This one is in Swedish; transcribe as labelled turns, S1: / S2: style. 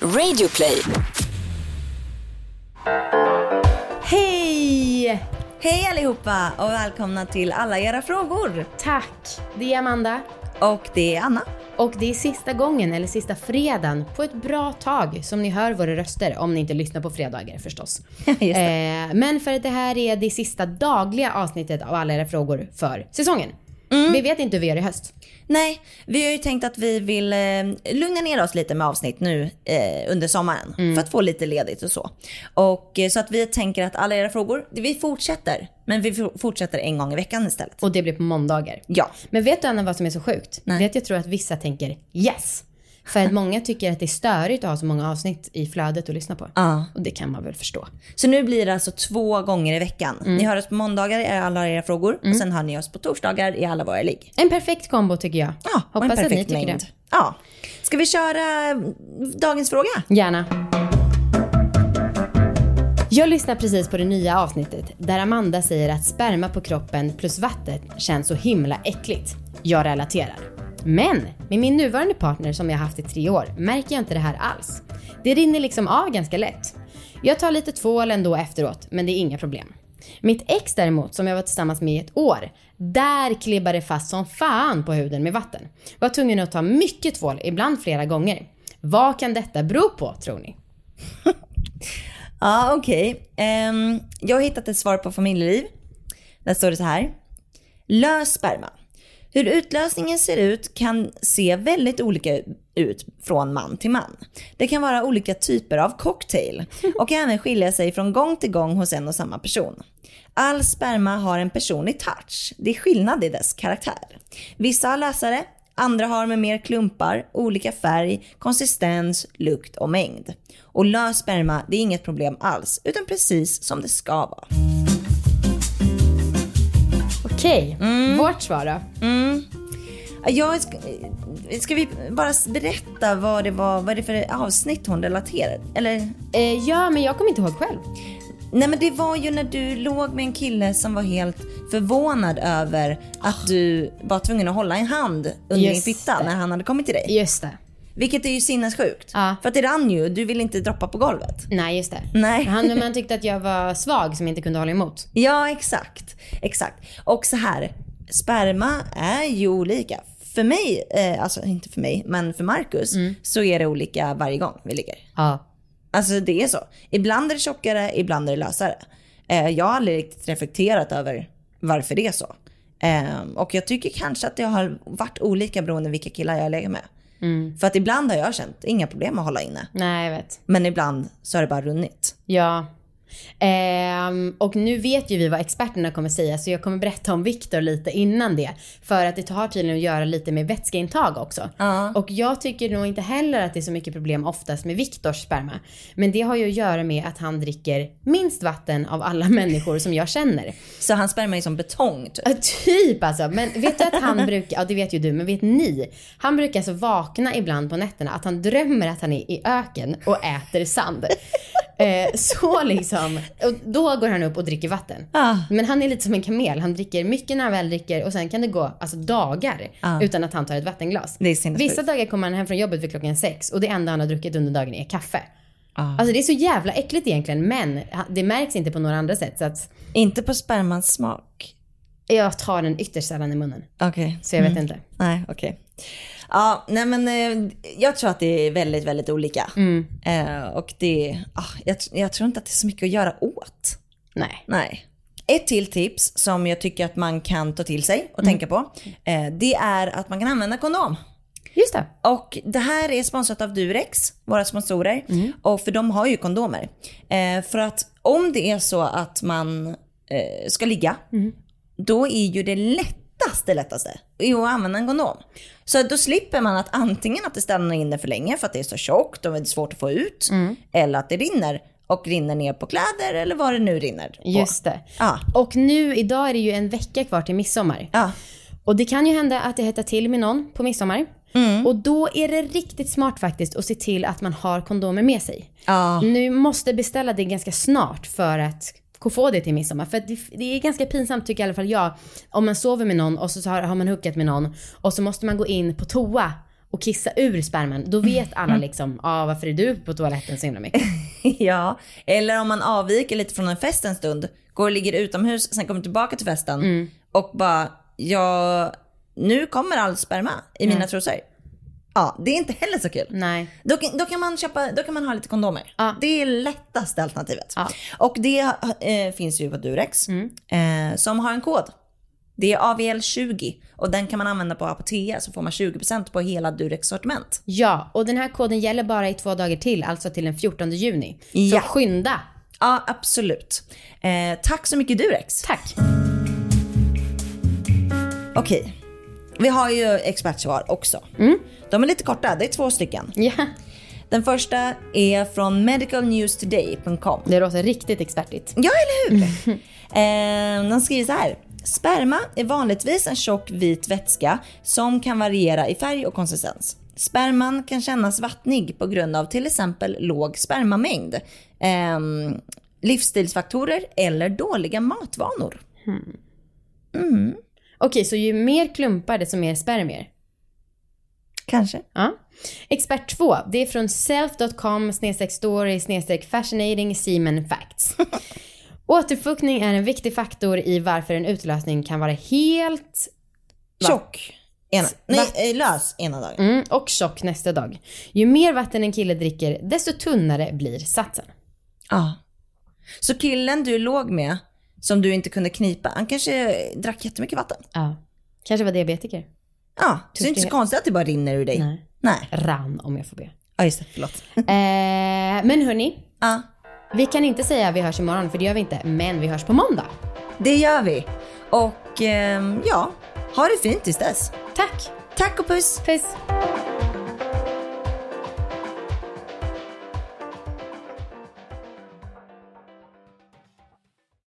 S1: Radioplay.
S2: Hej!
S3: Hej allihopa och välkomna till alla era frågor.
S2: Tack! Det är Amanda.
S3: Och det är Anna.
S2: Och det är sista gången, eller sista fredagen, på ett bra tag som ni hör våra röster. Om ni inte lyssnar på fredagar förstås.
S3: det.
S2: Eh, men för att det här är det sista dagliga avsnittet av alla era frågor för säsongen.
S3: Mm.
S2: Vi vet inte hur vi gör i höst.
S3: Nej, vi har ju tänkt att vi vill eh, lugna ner oss lite med avsnitt nu eh, under sommaren för att få lite ledigt och så. Och eh, så att vi tänker att alla era frågor, vi fortsätter. Men vi for- fortsätter en gång i veckan istället.
S2: Och det blir på måndagar.
S3: Ja.
S2: Men vet du Anna vad som är så sjukt?
S3: Nej.
S2: Det är att jag tror att vissa tänker yes. För att många tycker att det är störigt att ha så många avsnitt i flödet att lyssna på.
S3: Ja.
S2: Och det kan man väl förstå.
S3: Så nu blir det alltså två gånger i veckan. Ni hör oss på måndagar i alla era frågor och sen hör ni oss på torsdagar i alla våra ligg.
S2: En perfekt kombo tycker jag.
S3: Ja, och en
S2: Hoppas att ni
S3: perfekt
S2: tycker
S3: mängd.
S2: det.
S3: Ja. Ska vi köra eh, dagens fråga?
S2: Gärna. Jag lyssnar precis på det nya avsnittet där Amanda säger att sperma på kroppen plus vattnet känns så himla äckligt. Jag relaterar. Men med min nuvarande partner som jag haft i tre år märker jag inte det här alls. Det rinner liksom av ganska lätt. Jag tar lite tvål ändå efteråt, men det är inga problem. Mitt ex däremot, som jag var tillsammans med i ett år, där klibbar det fast som fan på huden med vatten. Var tvungen att ta mycket tvål, ibland flera gånger. Vad kan detta bero på tror ni?
S3: Ja, okej. Ehm, jag har hittat ett svar på familjeliv. Där står det så här. Lös sperma. Hur utlösningen ser ut kan se väldigt olika ut från man till man. Det kan vara olika typer av cocktail och även skilja sig från gång till gång hos en och samma person. All sperma har en personlig touch. Det är skillnad i dess karaktär. Vissa har lösare, andra har med mer klumpar, olika färg, konsistens, lukt och mängd. Och lös sperma, det är inget problem alls, utan precis som det ska vara.
S2: Okej, vårt svar då?
S3: Jag ska, ska vi bara berätta vad det var, vad det är för avsnitt hon relaterade? Eller?
S2: Eh, ja, men jag kommer inte ihåg själv.
S3: Nej men det var ju när du låg med en kille som var helt förvånad över att du var tvungen att hålla en hand under din
S2: Ah. Just
S3: fitta
S2: det.
S3: när han hade kommit till dig.
S2: Just det.
S3: Vilket är ju sinnessjukt.
S2: Ja.
S3: För att det rann ju, du ville inte droppa på golvet.
S2: Nej, just det.
S3: Nej.
S2: Han, men han tyckte att jag var svag som inte kunde hålla emot.
S3: Ja, exakt. Exakt. Och så här, sperma är ju olika. För mig, eh, alltså inte för mig, men för Marcus
S2: Mm.
S3: så är det olika varje gång vi ligger.
S2: Ja.
S3: Alltså det är så. Ibland är det tjockare, ibland är det lösare. Eh, jag har aldrig riktigt reflekterat över varför det är så. Eh, och jag tycker kanske att det har varit olika beroende vilka killar jag lägger med. För att ibland har jag känt inga problem att hålla inne.
S2: Nej, jag vet.
S3: Men ibland så har det bara runnit.
S2: Ja. Ehm, och nu vet ju vi vad experterna kommer säga så jag kommer berätta om Viktor lite innan det. För att det har tydligen att göra lite med vätskeintag också.
S3: Ja.
S2: Och jag tycker nog inte heller att det är så mycket problem oftast med Viktors sperma. Men det har ju att göra med att han dricker minst vatten av alla människor som jag känner.
S3: Så hans sperma är som betong typ.
S2: Ja, typ alltså. Men vet du att han brukar, ja det vet ju du, men vet ni? Han brukar alltså vakna ibland på nätterna att han drömmer att han är i öken och äter sand. Eh, så liksom, och då går han upp och dricker vatten.
S3: Ah.
S2: Men han är lite som en kamel, han dricker mycket när han väl dricker och sen kan det gå alltså, dagar
S3: Ah.
S2: utan att han tar ett vattenglas.
S3: Det är sinnessjukt.
S2: Vissa dagar kommer han hem från jobbet vid klockan sex och det enda han har druckit under dagen är kaffe.
S3: Ah.
S2: Alltså det är så jävla äckligt egentligen men det märks inte på några andra sätt så att
S3: Inte på spermans smak.
S2: jag tar den ytterst sällan i munnen.
S3: Okej.
S2: Så jag
S3: Mm.
S2: vet inte.
S3: Nej, okej. Ja, nej men eh, jag tror att det är väldigt, väldigt olika. Eh, och det, ah, jag, tr- jag tror inte att det är så mycket att göra åt.
S2: Nej.
S3: Nej. Ett till tips som jag tycker att man kan ta till sig och tänka på. Eh, det är att man kan använda kondom.
S2: Just det.
S3: Och det här är sponsrat av Durex, våra sponsorer. Och för de har ju kondomer. Eh, för att om det är så att man eh, ska ligga, då är ju det lättaste, lättaste är att använda en kondom. Så då slipper man att antingen att det stannar inne för länge för att det är så tjockt och det är svårt att få ut. Eller att det rinner och rinner ner på kläder eller vad det nu rinner på.
S2: Just det.
S3: Ja.
S2: Och nu idag är det ju en vecka kvar till midsommar.
S3: Ja.
S2: Och det kan ju hända att det hettar till med någon på midsommar.
S3: Mm.
S2: Och då är det riktigt smart faktiskt att se till att man har kondomer med sig.
S3: Ja.
S2: Nu måste beställa det ganska snart för att k- få det till midsommar. För att det, det är ganska pinsamt tycker i alla fall jag. Om man sover med någon och så har, har man hookat med någon och så måste man gå in på toa och kissa ur sperman, då vet
S3: Mm.
S2: alla liksom, ja ah, varför är du på toaletten så himla mycket?
S3: ja, eller om man avviker lite från en fest en stund, går och ligger utomhus, sen kommer tillbaka till festen
S2: Mm.
S3: och bara, ja, nu kommer all sperma i
S2: Mm.
S3: mina trosor. Ja, det är inte heller så kul.
S2: Nej.
S3: Då, kan- då, kan man köpa, då kan man ha lite kondomer.
S2: Mm. Ja.
S3: Det är lättaste alternativet.
S2: Ja. Mm.
S3: Och det eh, finns ju på Durex eh, som har en kod. Det är AVL20 och den kan man använda på Apotea så får man 20% på hela Durex sortiment.
S2: Ja, och den här koden gäller bara i två dagar till, alltså till den 14 juni.
S3: Ja.
S2: Så skynda!
S3: Ja, absolut. Eh, tack så mycket Durex.
S2: Tack!
S3: Okej, vi har ju expertsvar också. De är lite korta, det är två stycken.
S2: Ja,
S3: Den första är från medicalnewstoday.com.
S2: det låter riktigt expertigt.
S3: Ja, eller hur? eh, de skriver så här. Sperma är vanligtvis en tjock vit vätska som kan variera i färg och konsistens. Sperman kan kännas vattnig på grund av till exempel låg spermamängd, ehm, livsstilsfaktorer eller dåliga matvanor.
S2: Okej, så ju mer klumpar desto mer spermier?
S3: Kanske.
S2: Ja. Expert 2, det är från self.com story fascinating semen facts. Återfuktning är en viktig faktor i varför en utlösning kan vara helt
S3: Tjock. Ena, nej, eh, lös ena dagen.
S2: mm, och tjock nästa dag. Ju mer vatten en kille dricker, desto tunnare blir satsen.
S3: Ja. Så killen du låg med, som du inte kunde knipa, han kanske drack jättemycket vatten.
S2: Ja. Kanske var diabetiker.
S3: Ja, så det är inte så konstigt att det bara rinner ur dig.
S2: Nej.
S3: Nej.
S2: Rann, om jag får be.
S3: Ja, just det. Förlåt.
S2: Eh, men hörni,
S3: Ja,
S2: vi kan inte säga vi hörs imorgon, för det gör vi inte. Men vi hörs på måndag.
S3: det gör vi. Och ehm, ja, ha det fint tills dess.
S2: Tack!
S3: Tack och puss!
S2: Puss!